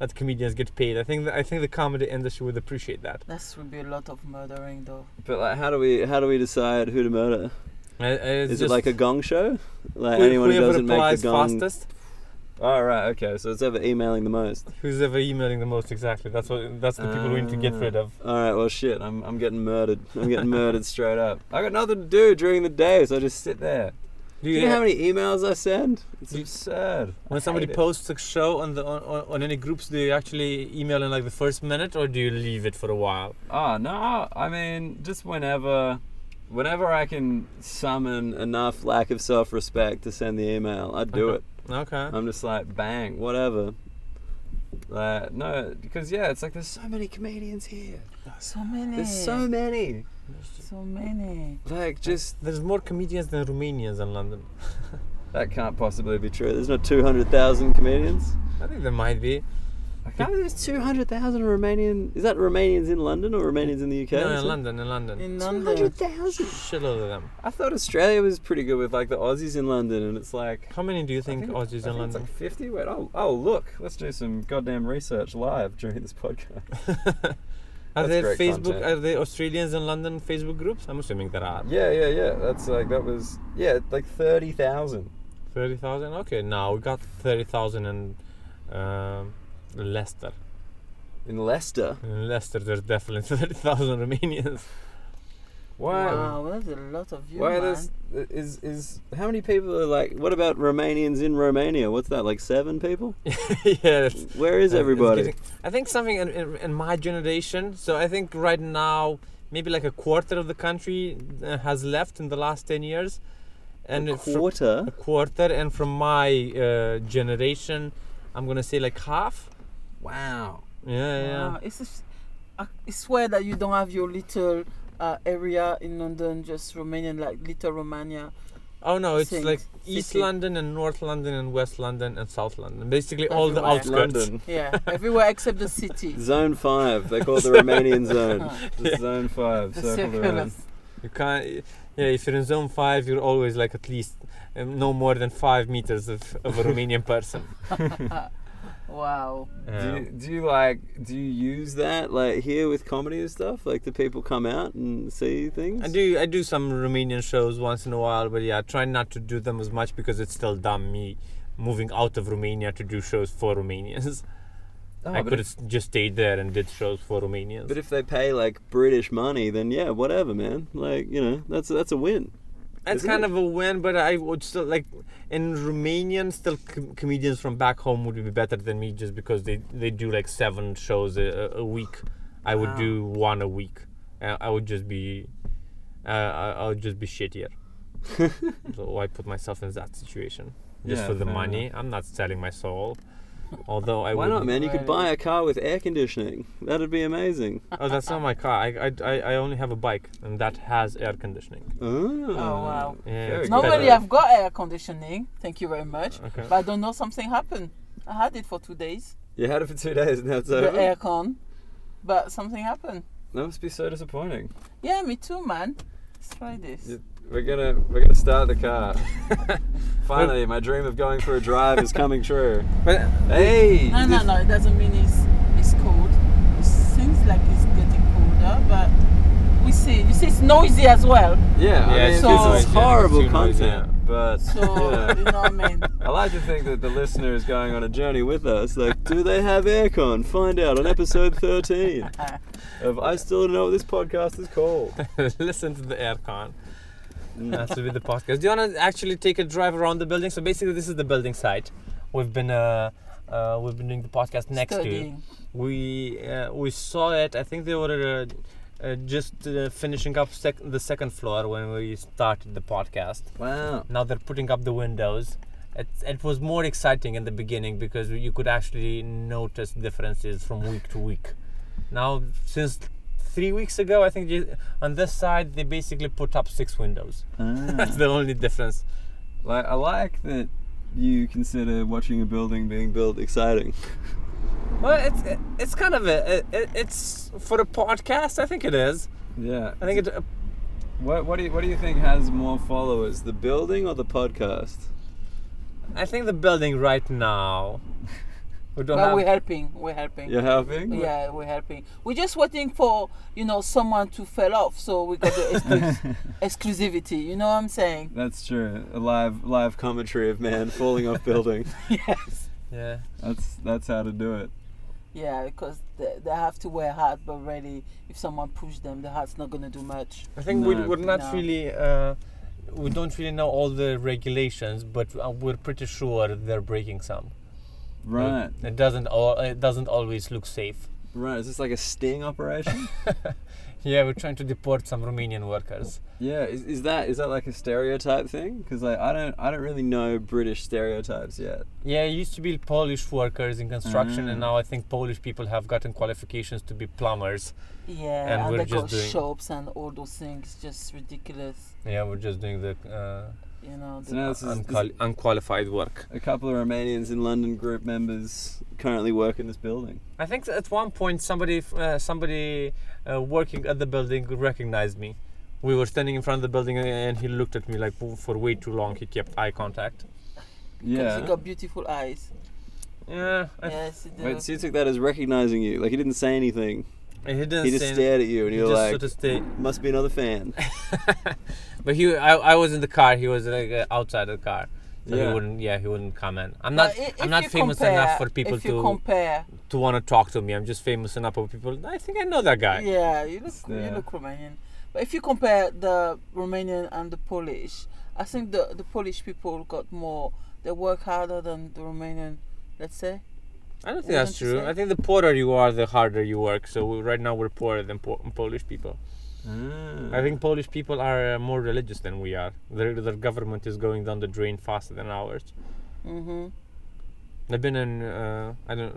that comedians get paid. I think that, I think the comedy industry would appreciate that.
That would be a lot of murdering though.
but like, how do we how do we decide who to murder?
I- I- it's
Is
just
it like a gong show? Like
who-
anyone who
whoever
doesn't make
replies
the gong.
fastest
All right. Okay. So it's ever emailing the most.
Who's ever emailing the most? Exactly. That's what. That's the people we need to
Ah.
get rid of.
All right. Well, shit. I'm I'm getting murdered. I'm getting murdered straight up. I got nothing to do during the day, so I just sit there.
Do
Do
you,
you know how many emails I send? It's
Do you-
absurd. I
when somebody
hate it.
posts a show on the on, on, on any groups, do you actually email in like the first minute, or do you leave it for a while?
Oh, no. I mean, just whenever. Whenever I can summon enough lack of self respect to send the email, I do
Okay.
it.
Okay.
I'm just like, bang, whatever. Like, no, because, yeah, it's like there's so many comedians here.
So many.
There's so many.
So many.
Like, just.
There's more comedians than Romanians in London.
That can't possibly be true. There's not 200,000 comedians.
I think there might be.
I can't believe there's 200,000 Romanian. Is that Romanians in London or Romanians in the UK?
no, in London, in London.
In London.
200,000.
Shitload of them.
I thought Australia was pretty good with, like, the Aussies in London, and it's like.
How many do you think,
it-
Aussies
I
in
think it's
London?
like 50. Wait, oh, oh, look. Let's do some goddamn research live during this podcast.
are
That's
there
great
Facebook?
content.
Are there Australians in London Facebook groups? I'm assuming there are.
Yeah, yeah, yeah. That's like, that was, yeah, like 30,000.
Thirty thousand. Okay, now we got thirty thousand in um, Leicester.
In Leicester.
In Leicester, there's definitely thirty thousand Romanians.
Why?
Wow, that's a lot of you,
Why
man.
this is is how many people are like? What about Romanians in Romania? What's that like? Seven people?
yeah, that's-
Where is
Uh, it's
everybody?
getting- I think something in, in, in my generation. So I think right now maybe like a quarter of the country uh, has left in the last ten years, and
a
fr-
quarter.
a quarter. And from my uh, generation, I'm gonna say like half.
Wow.
Yeah, yeah.
Wow, it's a, s- I I swear that you don't have your little uh, area in London, just Romanian, like little Romania.
Oh no, it's
Sing-
like East
city.
London and North London and West London and South London. Basically all the
Everywhere.
outskirts.
London.
Yeah, everywhere except the city.
Zone five. They call it the Romanian zone.
Uh,
Just Zone five.
the
Circle
circle
around.
of-
You can't. Yeah, if you're in zone five, you're always like at least um, no more than five meters of, of a Romanian person.
Wow.
Do
Yeah.
you, do you like? Do you use that like here with comedy and stuff? Like, do people come out and see things?
I do I do some Romanian shows once in a while, but yeah, I try not to do them as much because it's still dumb me moving out of Romania to do shows for Romanians.
Oh,
I
but
could
if-
have just stayed there and did shows for Romanians.
But if they pay like British money, then yeah, whatever, man. Like, you know, that's that's a win.
That's
isn't
kind
it?
of a win, but I would still like in Romanian, still com- comedians from back home would be better than me just because they, they do like seven shows a, a- a week. I would
Wow.
do one a week. Uh, I would just be, uh, I, I would just be shittier. so I put myself in that situation just
Yeah,
for the
fair
money. I'm not selling my soul, although I
Why
would.
not, man? You could
Right.
buy a car with air conditioning. That'd be amazing.
Oh, that's not my car. I, I, I, I only have a bike, and that has air conditioning.
Oh,
wow.
Yeah,
Very
it's
good.
Normally,
better.
I've got air conditioning. Thank you very much.
Okay.
But I don't know something happened. I had it for two days.
You had it for two days and that's
the
over.
aircon, but something happened.
That must be so disappointing.
Yeah, me too, man. Let's try this.
Yeah. We're gonna we're gonna start the car. Finally, my dream of going for a drive is coming true.
But
Hey,
No, no,
this-
no. It doesn't mean it's it's cold. It seems like it's getting colder, but we see. You see, it's noisy as well.
yeah, I
Yeah,
mean,
it's too
this
noisy,
is
it's
horrible
too noisy,
content, but
So
yeah.
you know what I mean.
I like to think that the listener is going on a journey with us. Like, do they have aircon? Find out on episode 13
Ah,
of I Still Don't Know What This Podcast Is Called.
listen to the aircon. That's with the podcast. Do you want to actually take a drive around the building? So basically, this is the building site. We've been uh, uh, we've been doing the podcast next
Studying.
to. We uh, we saw it. I think they were uh, uh, just uh, finishing up sec- the second floor when we started the podcast.
Wow.
Now they're putting up the windows. It, it was more exciting in the beginning because you could actually notice differences from week to week. Now, since three weeks ago, I think you- on this side they basically put up six windows. That's the only difference.
Like, I like that you consider watching a building being built exciting.
Well, it's it's kind of a it, it's for a podcast. I think it is.
Yeah.
I think it.
What, what, do you, what do you think has more followers, the building or the podcast?
I think the building right now. We don't
But
have.
we're helping. We're helping.
You're helping?
Yeah, we're helping. We're just waiting for you know someone to fell off, so we got the exclus- exclusivity. You know what I'm saying?
That's true. A live live commentary of man falling off building.
Yes.
yeah.
That's that's how to do it.
Yeah, because they, they have to wear hat, but really, if someone push them, the hat's not gonna do much.
I think we,
No.
we're not
No.
really. Uh, we don't really know all the regulations, but uh, we're pretty sure they're breaking some.
Right.
It doesn't. All, it doesn't always look safe.
Right. Is this like a sting operation?
Yeah, we're trying to deport some Romanian workers.
yeah. Is, is that is that like a stereotype thing? Because like I don't I don't really know British stereotypes yet.
Yeah, it used to be Polish workers in construction,
Mm.
and now I think Polish people have gotten qualifications to be plumbers. And
Yeah, and,
we're
they
just
got
doing-
shops and all those things, just ridiculous.
Yeah, we're just doing the uh,
You know.
So
the-
now this is, this is
unqual- unqualified work.
a couple of Romanians in London group members currently work in this building.
I think at one point somebody f- uh, somebody uh, working at the building recognized me. We were standing in front of the building uh, and he looked at me like w- for way too long. He kept eye contact.
'cause
Yeah.
You got beautiful eyes.
Yeah, I-
Yes. you do.
Wait, so you took that as recognizing you? Like he didn't say anything.
he didn't.
He just
say anything.
stared at you, and
He
you're
just
like,
sort of stared.
"Must be another fan."
But he, I, I was in the car. He was like uh, outside the car. So
Yeah.
he wouldn't. Yeah, he wouldn't comment. I'm
But
not.
i- if
I'm not
you
famous
compare-
enough for people
if you
to
compare.
to want to talk to me. I'm just famous enough for people. I think I know that guy.
Yeah, you look
Yeah.
you look Romanian. But if you compare the Romanian and the Polish, I think the the Polish people got more. They work harder than the Romanian. Let's say.
I don't
Wouldn't
think that's
you
true.
say?
I think the poorer you are, the harder you work. So we, right now we're poorer than po- Polish people.
Ah.
I think Polish people are uh, more religious than we are. Their, their government is going down the drain faster than ours.
Mm-hmm.
I've been in, uh, I don't,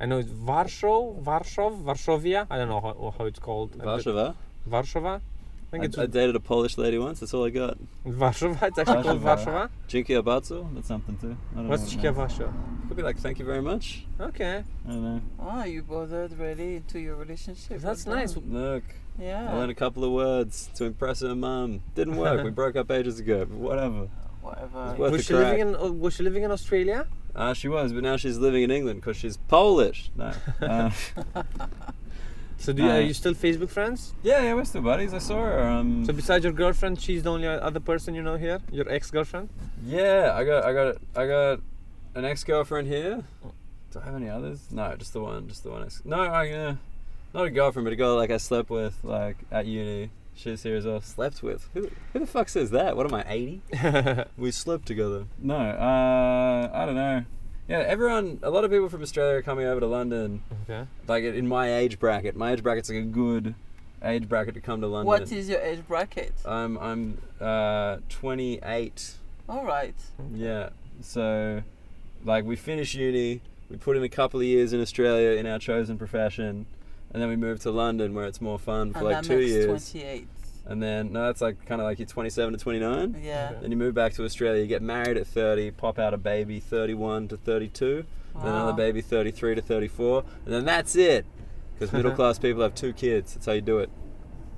I know it's Warsaw, Warsaw, Varsovia. I don't know how, how it's called. I've been-
Varshava.
Warsawa. I think
I,
it's
I dated a Polish lady once. That's all I got.
Warsaw. It's actually called
Warsawa. Hmm.
Warsaw.
Dzięki bardzo. That's something too. I don't
What's
know what it means.
Warsaw?
Could be like, "Thank you very much."
Okay,
I don't know.
Ah, you bothered really into your relationship.
that's
Well
nice.
done.
Look, I
Yeah.
learned a couple of words to impress her mum. Didn't work. we broke up ages ago. But whatever.
Whatever.
It's worth
was
a
she
crack.
living in uh, Was she living in Australia?
Uh, she was, but now she's living in England because she's Polish. No. Uh,
So do you,
Uh,
are you still Facebook friends?
yeah, yeah, we're still buddies. I saw her. Um,
So besides your girlfriend, she's the only other person you know here. Your ex-girlfriend.
Yeah, I got, I got, I got an ex-girlfriend here. Do I have any others? No, just the one, just the one. Ex- no, I, uh, not a girlfriend, but a girl like I slept with, like at uni. She's here as well. Slept with? Who, who the fuck says that? What am I, eighty? We slept together. No, uh, I don't know. Yeah, everyone, a lot of people from Australia are coming over to London.
okay.
Like in my age bracket, my age bracket's like a good age bracket to come to London.
What is your age bracket?
I'm I'm uh, 28.
All right.
Yeah. So, like, we finish uni, we put in a couple of years in Australia in our chosen profession, and then we move to London where it's more fun for
and
like
that
two
makes
years.
28.
And then, no, that's like kind of like you're 27 to 29.
Yeah.
Okay.
Then you move back to Australia, you get married at 30, pop out a baby 31 to 32, then another
Wow.
baby 33 to 34, and then that's it. Because middle class people have two kids, that's how you do it.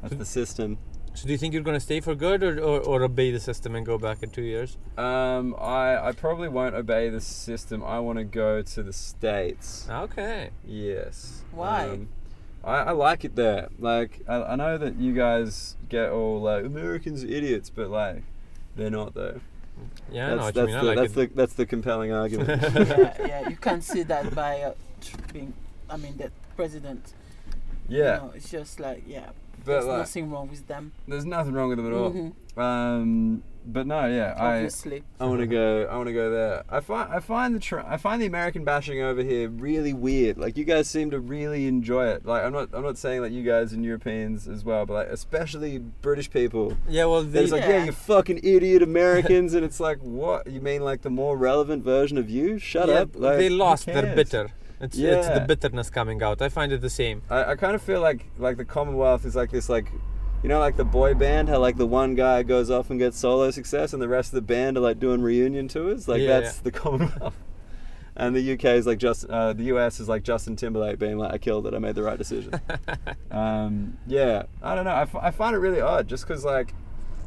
That's the system.
So do you think you're gonna stay for good, or, or, or obey the system and go back in two years?
Um, I, I probably won't obey the system. I want to go to the States.
Okay.
Yes. Um,
Why?
I, I like it there. Like, I, I know that you guys get all like, Americans are idiots, but like, they're not though.
Yeah, I know
that's
what
that's,
you mean. I
the,
like
that's,
it.
the, that's the compelling argument.
yeah, yeah. You can see that by uh, tr- being, I mean, the president. you
yeah,
know, it's just like, yeah.
but
There's
like,
nothing wrong with them.
there's nothing wrong with them at all.
Mhm,
Um, but no, yeah, I,
Obviously.
I want to go. I want to go there. I find I find the tr- I find the American bashing over here really weird. Like you guys seem to really enjoy it. Like I'm not I'm not saying that you guys and Europeans as well, but like especially British people.
yeah, well,
And
they,
It's like,
Yeah.
yeah, you fucking idiot Americans, and it's like, what? You mean like the more relevant version of you? Shut
yeah,
up! Like,
they
who
lost. They're
cares?
bitter. It's, it's the
Yeah.
bitterness coming out. I find it the same.
I, I kind of feel like like the Commonwealth is like this like, you know, like the boy band, how like the one guy goes off and gets solo success, and the rest of the band are like doing reunion tours. Like
Yeah,
that's
yeah.
the Commonwealth. And the UK is like just uh, the US is like Justin Timberlake being like, I killed it, I made the right decision. um, yeah, I don't know. I, f- I find it really odd just because like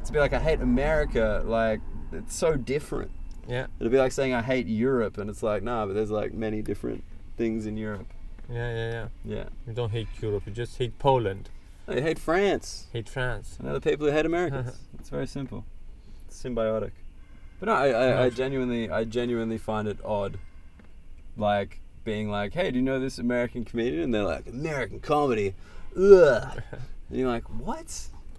to be like I hate America, like it's so different.
Yeah.
It'll be like saying I hate Europe, and it's like nah, but there's like many different things in Europe.
Yeah, yeah, yeah.
Yeah.
You don't hate Europe. You just hate Poland.
I hate France.
Hate France.
And other people who hate Americans. it's very simple. It's symbiotic. But no, I, I, I
Nice.
genuinely I genuinely find it odd. Like being like, Hey, do you know this American comedian? And they're like, American comedy. Ugh. and you're like, What?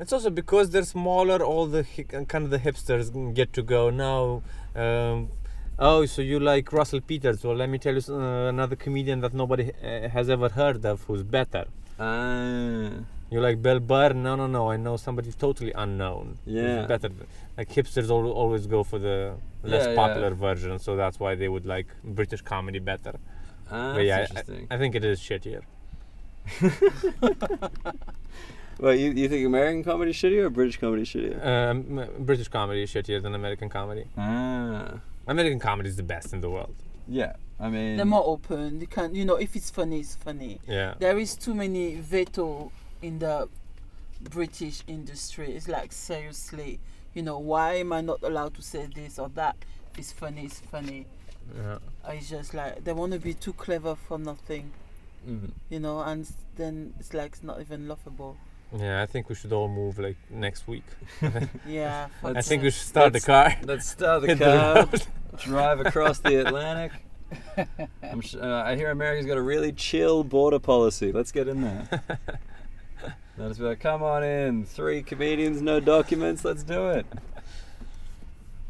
It's also because they're smaller. All the hi- kind of the hipsters get to go now. Um, oh, so you like Russell Peters? Well, let me tell you s- uh, another comedian that nobody uh, has ever heard of who's better.
Uh,
You like Bill Burr? No, no, no. I know somebody totally unknown. who's
Yeah.
better. th- Like hipsters al- always go for the less
Yeah, yeah.
popular version, so that's why they would like British comedy better. but
ah, that's
yeah, I-
interesting.
I, I think it is shittier.
well, you, you think American comedy is shittier or British comedy is shittier?
Um, m- British comedy is shittier than American comedy.
Ah.
American comedy is the best in the world.
Yeah. I mean
They're more open. You can, you know, if it's funny, it's funny.
Yeah.
There is too many veto in the British industry. It's like seriously, you know, why am I not allowed to say this or that? If it's funny, it's funny.
yeah.
It's just like they want to be too clever for nothing,
Mhm.
you know, and s- then it's like it's not even laughable.
Yeah, I think we should all move like next week.
Yeah. fuck
I think
it.
we should start the car.
Let's start the
Hit the
car, drive across the Atlantic. I'm sh- uh, I hear America's got a really chill border policy. Let's get in there. Let us be like, come on in. Three comedians, no documents. Let's do it.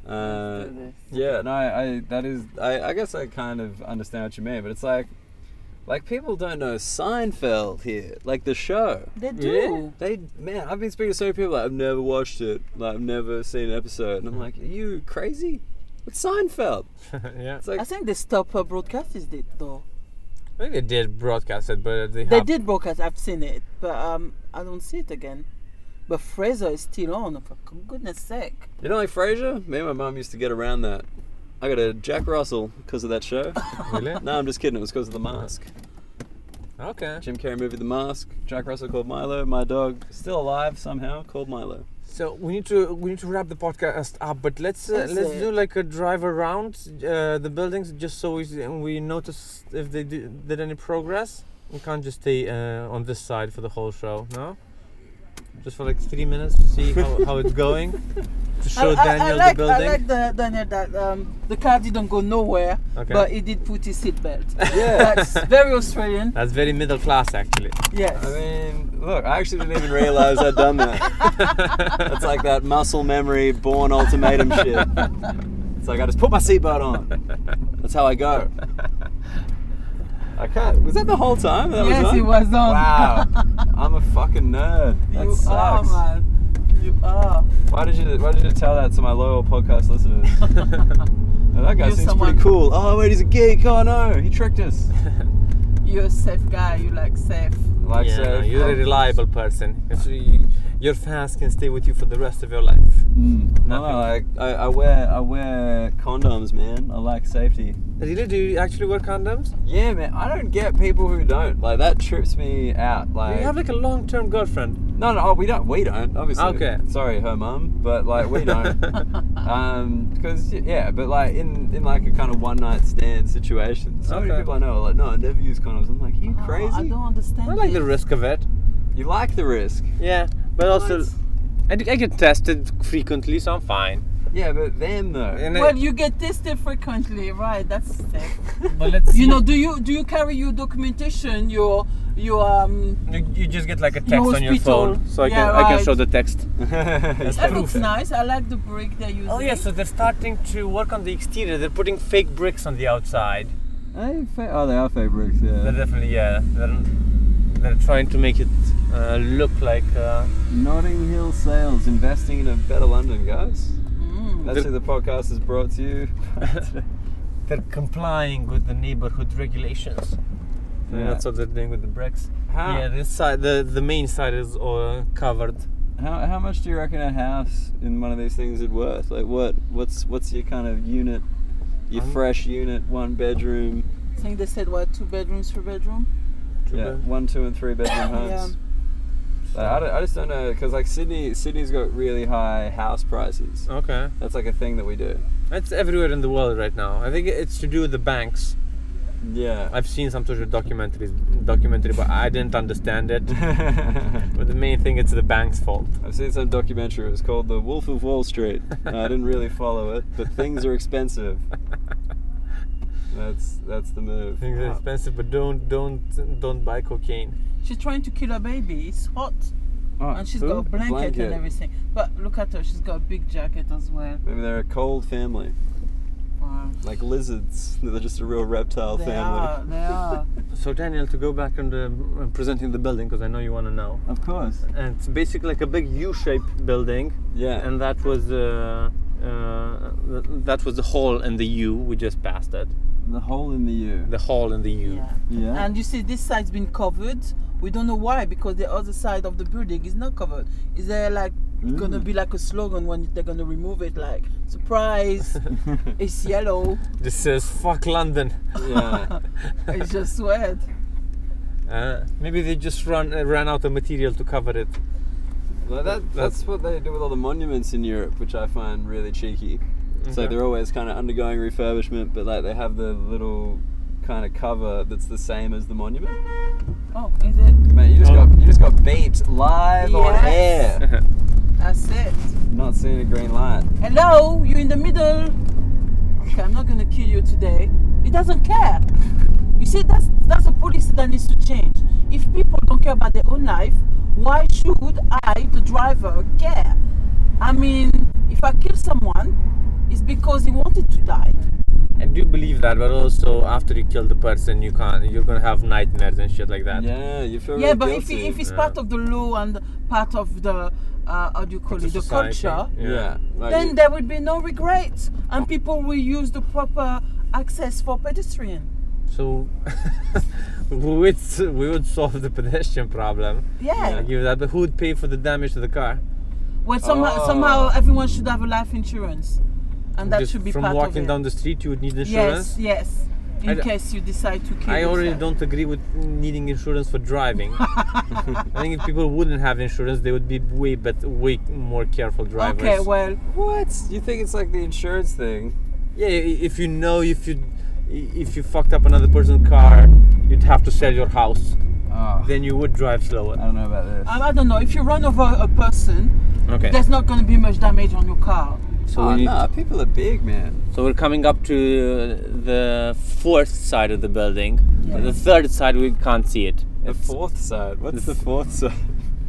Uh,
Let's do this.
yeah, no, I, I that is, I, I guess I kind of understand what you mean, but it's like, like people don't know Seinfeld here, like the show.
They do.
They man, I've been speaking to so many people like I've never watched it, like I've never seen an episode, and I'm like, are you crazy? It's Seinfeld.
yeah.
It's like
I think they stopped uh, broadcasting it though.
I think they did broadcast it, but they,
They
have-
did broadcast. I've seen it, but um, I don't see it again. But Fraser is still on. For goodness sake.
you know, like Frasier. Me and my mum used to get around that. I got a Jack Russell because of that show.
Really?
no, I'm just kidding. It was because of The Mask.
Okay.
Jim Carrey movie The Mask. Jack Russell called Milo. My dog, still alive somehow, called Milo.
So we need to we need to wrap the podcast up, but let's uh,
That's
let's
it.
do like a drive around uh, the buildings just so we s- we notice if they did, did any progress. We can't just stay uh, on this side for the whole show, no. Just for like three minutes to see how, how it's going. To show
I, I,
Daniel
I like,
the building.
I like the, Daniel that um, the car didn't go nowhere,
okay.
but he did put his seatbelt.
Yeah.
That's very Australian.
That's very middle class actually.
Yes.
I mean, look, I actually didn't even realize I'd done that. It's like that muscle memory born ultimatum shit. It's like I just put my seatbelt on. That's how I go. I can't. Was that the whole time? That
yes,
was on?
he was on.
Wow. I'm a fucking nerd. That
you
sucks.
are, man. You are.
Why did you Why did you tell that to my loyal podcast listeners? Now, that guy
You're
seems
someone-
pretty cool. Oh wait, he's a geek. Oh no, he tricked us.
You're a safe guy. You like safe.
Like
yeah,
so.
no, you're a reliable person. It's, you, your fans can stay with you for the rest of your life.
Mm, no,
Nothing.
no, like I, I wear I wear condoms, man. I like safety.
Really? Do you actually wear condoms?
Yeah, man. I don't get people who don't. Like that trips me out.
Do
Like
you have like a long-term girlfriend?
no, no. Oh, we don't. We don't. Obviously.
Okay.
Sorry, her mum, but like we don't. um, because yeah, but like in in like a kind of one night stand situation, so many
Okay.
people I know are like, no, I never use condoms. I'm like, you
Oh,
crazy?
I don't understand.
I like the
this.
risk of it.
You like the risk?
Yeah, but also
What?
I, d- I get tested frequently, so I'm fine.
Yeah, but them though.
And
Well,
I-
you get tested frequently, right? That's safe.
but let's
you know, do you do you carry your documentation, your your um?
you, you just get like a text
Your
on your
hospital.
phone, so I can
Yeah,
I can
right.
show the text.
That
Proof
looks
it.
nice. I like the brick they use.
Oh yeah, so they're starting to work on the exterior. They're putting fake bricks on the outside.
Hey, fa- oh, they are fake bricks.
They're
Yeah.
definitely yeah. They're they're trying to make it uh, look like. Uh,
Notting Hill Sales, investing in a better London, guys. That's
Mm.
The-
who the podcast is brought to you.
they're complying with the neighborhood regulations. And
Yeah.
That's what they're doing with the bricks.
How,
Yeah, this side, the, the main side is all covered.
how, how much do you reckon a house in one of these things is worth? Like what what's what's your kind of unit, your
I'm-
fresh unit, one bedroom,
I think they said what two bedrooms, three bedroom.
Two
yeah,
bed-
one, two, and three bedroom
Yeah.
homes. Like, I, don't- I just don't know because like Sydney Sydney's got really high house prices.
Okay.
That's like a thing that we do.
That's everywhere in the world right now. I think it's to do with the banks.
Yeah.
I've seen some sort of documentaries, documentary, but I didn't understand it.
I've
But the main thing, it's the bank's fault.
seen some documentary. It was called The Wolf of Wall Street. I didn't really follow it, but things are expensive. That's that's the move.
Things are expensive, but don't don't don't buy cocaine.
She's trying to kill her baby. It's hot, and she's got a blanket,
Blanket.
and everything. But look at her; she's got a big jacket as well.
Maybe they're a cold family,
Wow.
like lizards. They're just a real reptile
They
family.
are. They are.
So Daniel, to go back on the on presenting the building, because I know you want to know.
Of course.
And it's basically like a big U-shaped building,
Yeah.
and that was uh, uh, th- that was the hall and the U. We just passed it.
the hole in the U.
The hall and the U.
yeah.
Yeah.
And you see, this side's been covered. We don't know why because the other side of the building is not covered. Is there like gonna
Mm.
be like a slogan when they're gonna remove it? Like surprise, it's yellow.
This says "fuck London."
yeah.
It's just sweat.
Uh, maybe they just run uh, ran out of material to cover it.
Well, that, that's what they do with all the monuments in Europe, which I find really cheeky. It's like
Okay.
they're always kind of undergoing refurbishment, but like they have the little kind of cover that's the same as the monument.
Oh, is it?
Mate, you just
Oh.
got you just got beeped live on
Yes.
air.
That's it.
Not seeing a green light.
Hello, you in the middle. Okay, I'm not gonna kill you today. He doesn't care. You see, that's that's a policy that needs to change. If people don't care about their own life, why should I, the driver, care? I mean, if I kill someone, it's because he wanted to die.
I do believe that, but also after you kill the person, you can't. You're gonna have nightmares and shit like that.
Yeah, you feel
yeah,
really
but if
guilty.
it, if it's
Yeah.
part of the law and part of the uh, how do you call
Of the
it, the
society.
culture,
yeah, like
then
you-
there will be no regrets, and people will use the proper access for pedestrian.
So we would s- we would solve the pedestrian problem.
Yeah.
I give that, but who would pay for the damage to the car?
Well, somehow,
Oh.
somehow everyone should have a life insurance, and that
Ah. Just
should be
from
part
walking
of it.
down the street, you would need insurance.
Yes, yes. In
I d-
case you decide to kill.
I already
yourself.
don't agree with needing insurance for driving. I think if people wouldn't have insurance, they would be way but way more careful drivers.
Okay, well, um,
what? You think it's like the insurance thing?
Yeah, i- if you know if you if you fucked up another person's car, you'd have to sell your house.
Oh,
Then you would drive
I
slower.
don't know about this.
um, I don't know. If you run over a person,
Okay.
there's not going to be much damage on your car.
So,
oh,
we need
nah, people are big, man.
so we're coming up to the fourth side of the building.
Yeah.
The third side we can't see it.
The fourth side. What's the
the
fourth side?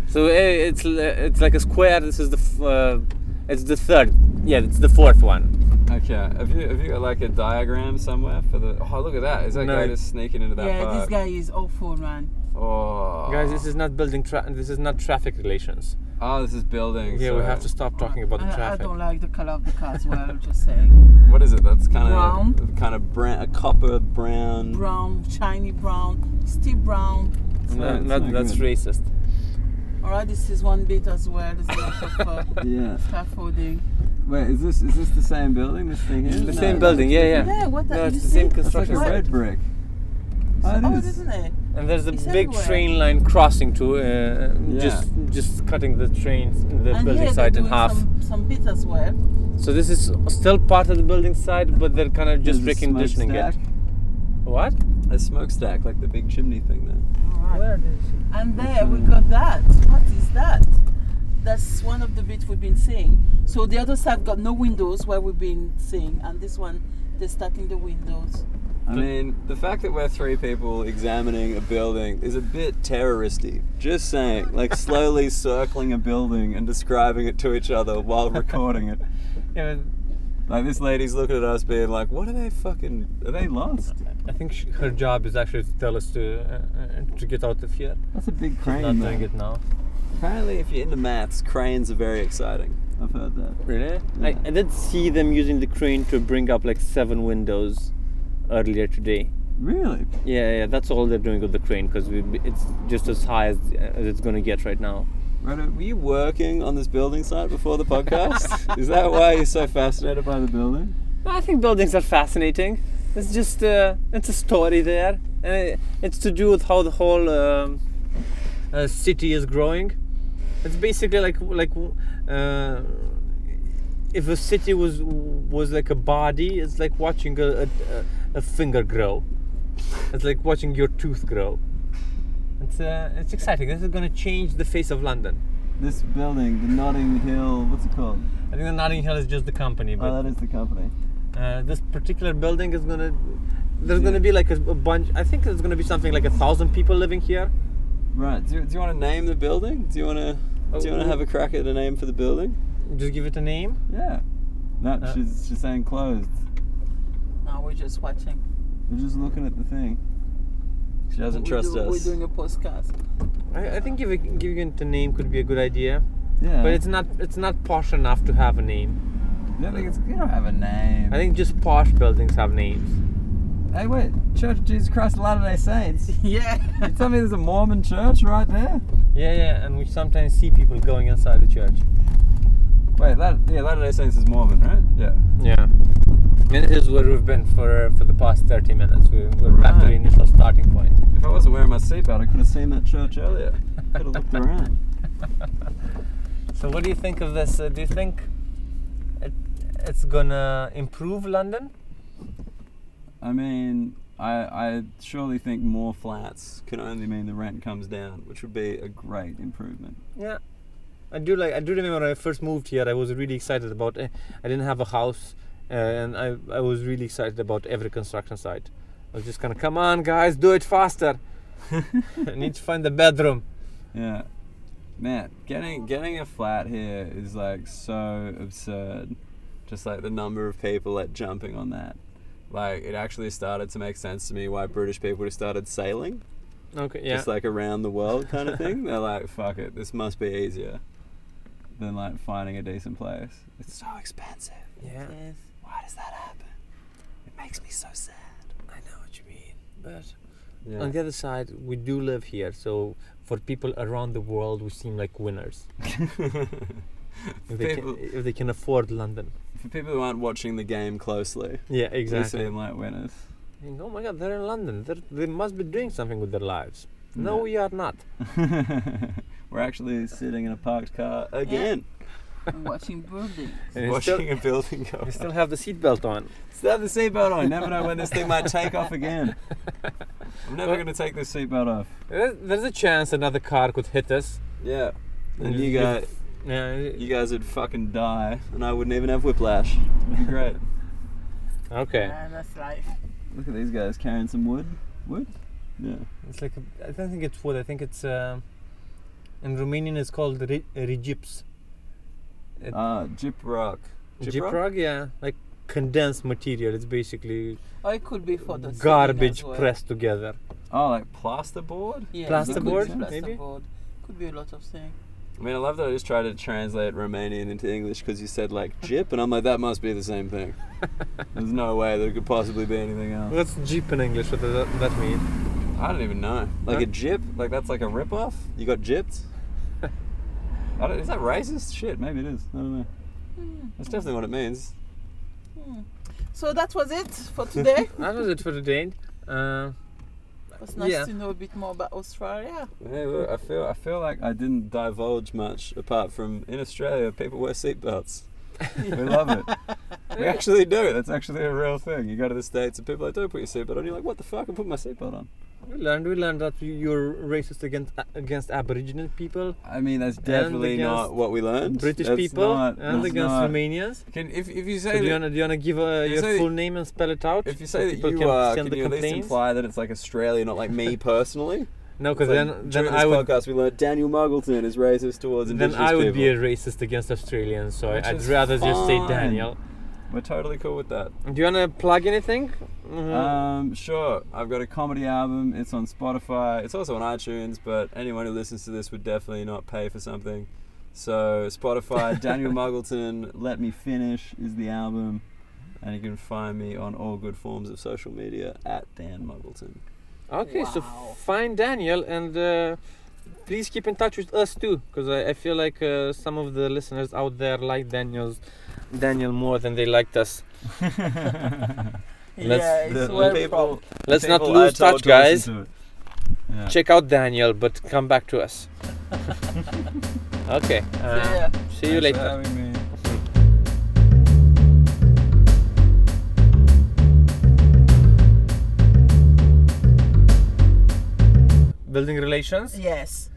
So eh, it's l- it's like a square. This is the f- uh, it's the third. Yeah, it's the fourth one.
Okay. Have you have you got like a diagram somewhere for the? Oh, look at that! Is that
No.
guy just sneaking into that
yeah,
park?
this guy is awful, man.
Oh.
Guys, this is not building. Tra- this is not traffic relations.
Oh, this is buildings.
Yeah, we
sorry.
have to stop talking about the
I, I
traffic.
don't like the color of the car as well. just saying,
What is it? That's kind
Brown.
of kind of brown, a copper brown.
brown, shiny brown, still brown.
It's
No,
not- it's
that-
not
that's
good.
racist.
All right, this is one bit as well. There's a lot of uh,
Yeah.
scaffolding.
Wait, is this is this the same building? This thing
It's
here?
the same building. Yeah, yeah.
Yeah, what the-
no, it's
you
the
see?
same
It's like
It's like
construction
a
Right.
site.
red brick.
oh,
Oh, it
is.
is.
isn't it?
And there's a
It's
big
everywhere.
train line crossing to uh,
Yeah.
just just cutting the train the
and
building
here
site
they're
in
doing
half.
Some, some bits as well.
So this is still part of the building site, but they're kind of just
There's a
reconditioning it. What?
smokestack. A smokestack, like the big chimney thing there.
All right.
did she?
And there we got that. What is that? That's one of the bits we've been seeing. So the other side got no windows where we've been seeing, and this one they're starting the windows.
I mean, the fact that we're three people examining a building is a bit terroristy. Just saying, like slowly circling a building and describing it to each other while recording it.
Yeah,
Like this lady's looking at us, being like, "What are they fucking? Are they lost?"
I think she, her job is actually to tell us to uh, uh, to get out of here.
That's a big
She's not doing it now.
Apparently, if you're into maths, cranes are very exciting. I've heard that.
Really? I, I did see them using the crane to bring up like seven windows earlier today.
Really?
Yeah, yeah, that's all they're doing with the crane because it's just as high as, as it's going to get right now.
Right, were you working on this building site before the podcast? Is that why you're so fascinated by the building?
I think buildings are fascinating. It's just uh, it's a story there, and it, it's to do with how the whole um, uh, city is growing. It's basically like like uh, if a city was was like a body, it's like watching a, a, a finger grow. It's like watching your tooth grow. It's uh, it's exciting. This is gonna change the face of London.
This building, the Notting Hill, what's it called?
I think the Notting Hill is just the company, but
Oh, that is the company.
uh, this particular building is gonna. There's
Yeah.
gonna be like a, a bunch. I think there's gonna be something like a thousand people living here.
Right.
Do you, do you want to name the building? Do you want to do you
Oh.
want to have a crack at a name for the building?
Just give it a name.
Yeah. No,
Uh,
she's, she's saying closed.
Now we're just watching.
We're just looking at the thing.
She doesn't
We
trust
do- We're
us.
doing a podcast.
I, I think giving giving it a name could be a good idea,
Yeah.
but it's not it's not posh enough to have a name.
You don't think it's. You don't have a name.
I think just posh buildings have names.
Hey, wait. Church of Jesus Christ of Latter Day Saints.
Yeah.
You tell me there's a Mormon church right there?
yeah, yeah, and we sometimes see people going inside the church.
Wait, that yeah, Latter Day Saints is Mormon, right? Yeah.
Yeah. And this is where we've been for for the past 30 minutes. We, we're back to the
Right.
initial starting point.
If I wasn't wearing my seatbelt, I could have seen that church earlier. Could have looked around.
So, what do you think of this? Uh, do you think it, it's gonna improve London?
I mean, I I surely think more flats can only mean the rent comes down, which would be a great improvement.
Yeah. I do like. I do remember when I first moved here. I was really excited about. eh, I didn't have a house, uh, and I I was really excited about every construction site. I was just kind of, come on, guys, do it faster. I need to find the bedroom.
Yeah.
Man, getting getting a flat here is like so absurd.
just like the number of people like jumping on that. Like it actually started to make sense to me why British people just started sailing,
Okay. Yeah.
just like around the world kind of thing. They're like, fuck it, this must be easier.
Than like finding a decent place.
It's so expensive.
yeah.
Yes.
Why does that happen? It makes me so sad.
I know what you mean, but
Yeah.
On the other side, we do live here, so for people around the world, we seem like winners. If they,
People-
can, if they can afford London.
For people who aren't watching the game closely,
Yeah,
They
exactly.
seem like winners.
Think, oh my God, they're in London. They're, they must be doing something with their lives. No,
Yeah.
we are not.
We're actually sitting in a parked car.
again,
I'm watching building.
And we
watching
still,
a building go.
we still have the seatbelt on.
Still have the seatbelt on. You never know when this thing might take off again.
I'm never gonna take this.
This seatbelt off.
There- There's a chance another car could hit us.
Yeah. And
And
you
you-
guys,
Yeah,
you guys would fucking die, and I wouldn't even have whiplash. It'd be great.
okay.
Ah, that's life.
Look at these guys carrying some wood. Wood? Yeah.
It's like a, I don't think it's wood. I think it's uh, in Romanian it's called ri- uh, rigips. It-
Uh, jip.
Rock. Gyprock?
Gyprock, yeah, like condensed material. It's basically
Or it could be for the singing
garbage
as well.
pressed together.
Oh, like
Plasterboard?
Yeah,
Plasterboard,
it could be
maybe?
plasterboard. Could be a lot of things.
I mean, I love that I just tried to translate Romanian into English because you said like jip, and I'm like, that must be the same thing. There's no way that it could possibly be anything else.
What's Jeep in English? What does that, that mean?
I don't even know. Like a jip? Like that's like a ripoff? You got gypped? I don't, is that racist? Shit, man.
Maybe it is. I don't know.
That's definitely what it means.
Hmm. So that was it for today.
That was it for today. Uh,
it was nice
Yeah.
to know a bit more about Australia.
Hey, look, I feel I feel like I didn't divulge much apart from in Australia people wear seatbelts.
We love it.
We actually do. That's
That's actually a real thing.
you go to the states and people are like, don't put your seatbelt on. You're like, what the fuck? I put my seatbelt on.
we learned we learned that you- you're racist against against Aboriginal people,
I mean, that's
Definitely not
against
what we learned.
British
that's
people,
not-
and
that's
against
not-
Romanians.
Can if if you
So
say
do you
that,
wanna do you wanna give uh,
You
your
say-
full name and spell it out?
if you say that
people
you
can
are,
send
can
the
you at least
complaints?
imply that it's like Australia, not like me personally?
No, because
It's like,
then
during
then
this
I would
podcast we learned Daniel Muggleton is racist towards
then
indigenous
I would be a
people.
racist against Australians. So
Which
I'd
is
rather just say
fine.
Daniel.
We're totally cool with that.
Do you wanna plug anything? Mhm.
Uh,
Um, sh-
Sure, I've got a
comedy album. It's on Spotify.
It's also on iTunes, but anyone who listens to this would definitely not pay for something. So Spotify, Daniel Muggleton,
Let Me Finish is the album.
and you can find me on all good forms of social media at Dan Muggleton.
Okay, so
Wow.
find Daniel and uh, please keep in touch with us too, because I, I feel like uh, some of the listeners out there like Daniel's Daniel more than they liked us. Let's-
yeah, it's
the- the
well
people-
from.
Let's not
People I
lose
told
touch,
to listen
guys.
to it. Yeah.
Check out Daniel, but come back to us. okay.
So,
uh,
yeah.
see you
Thanks for
later.
having me.
uh, building relations.
Yes.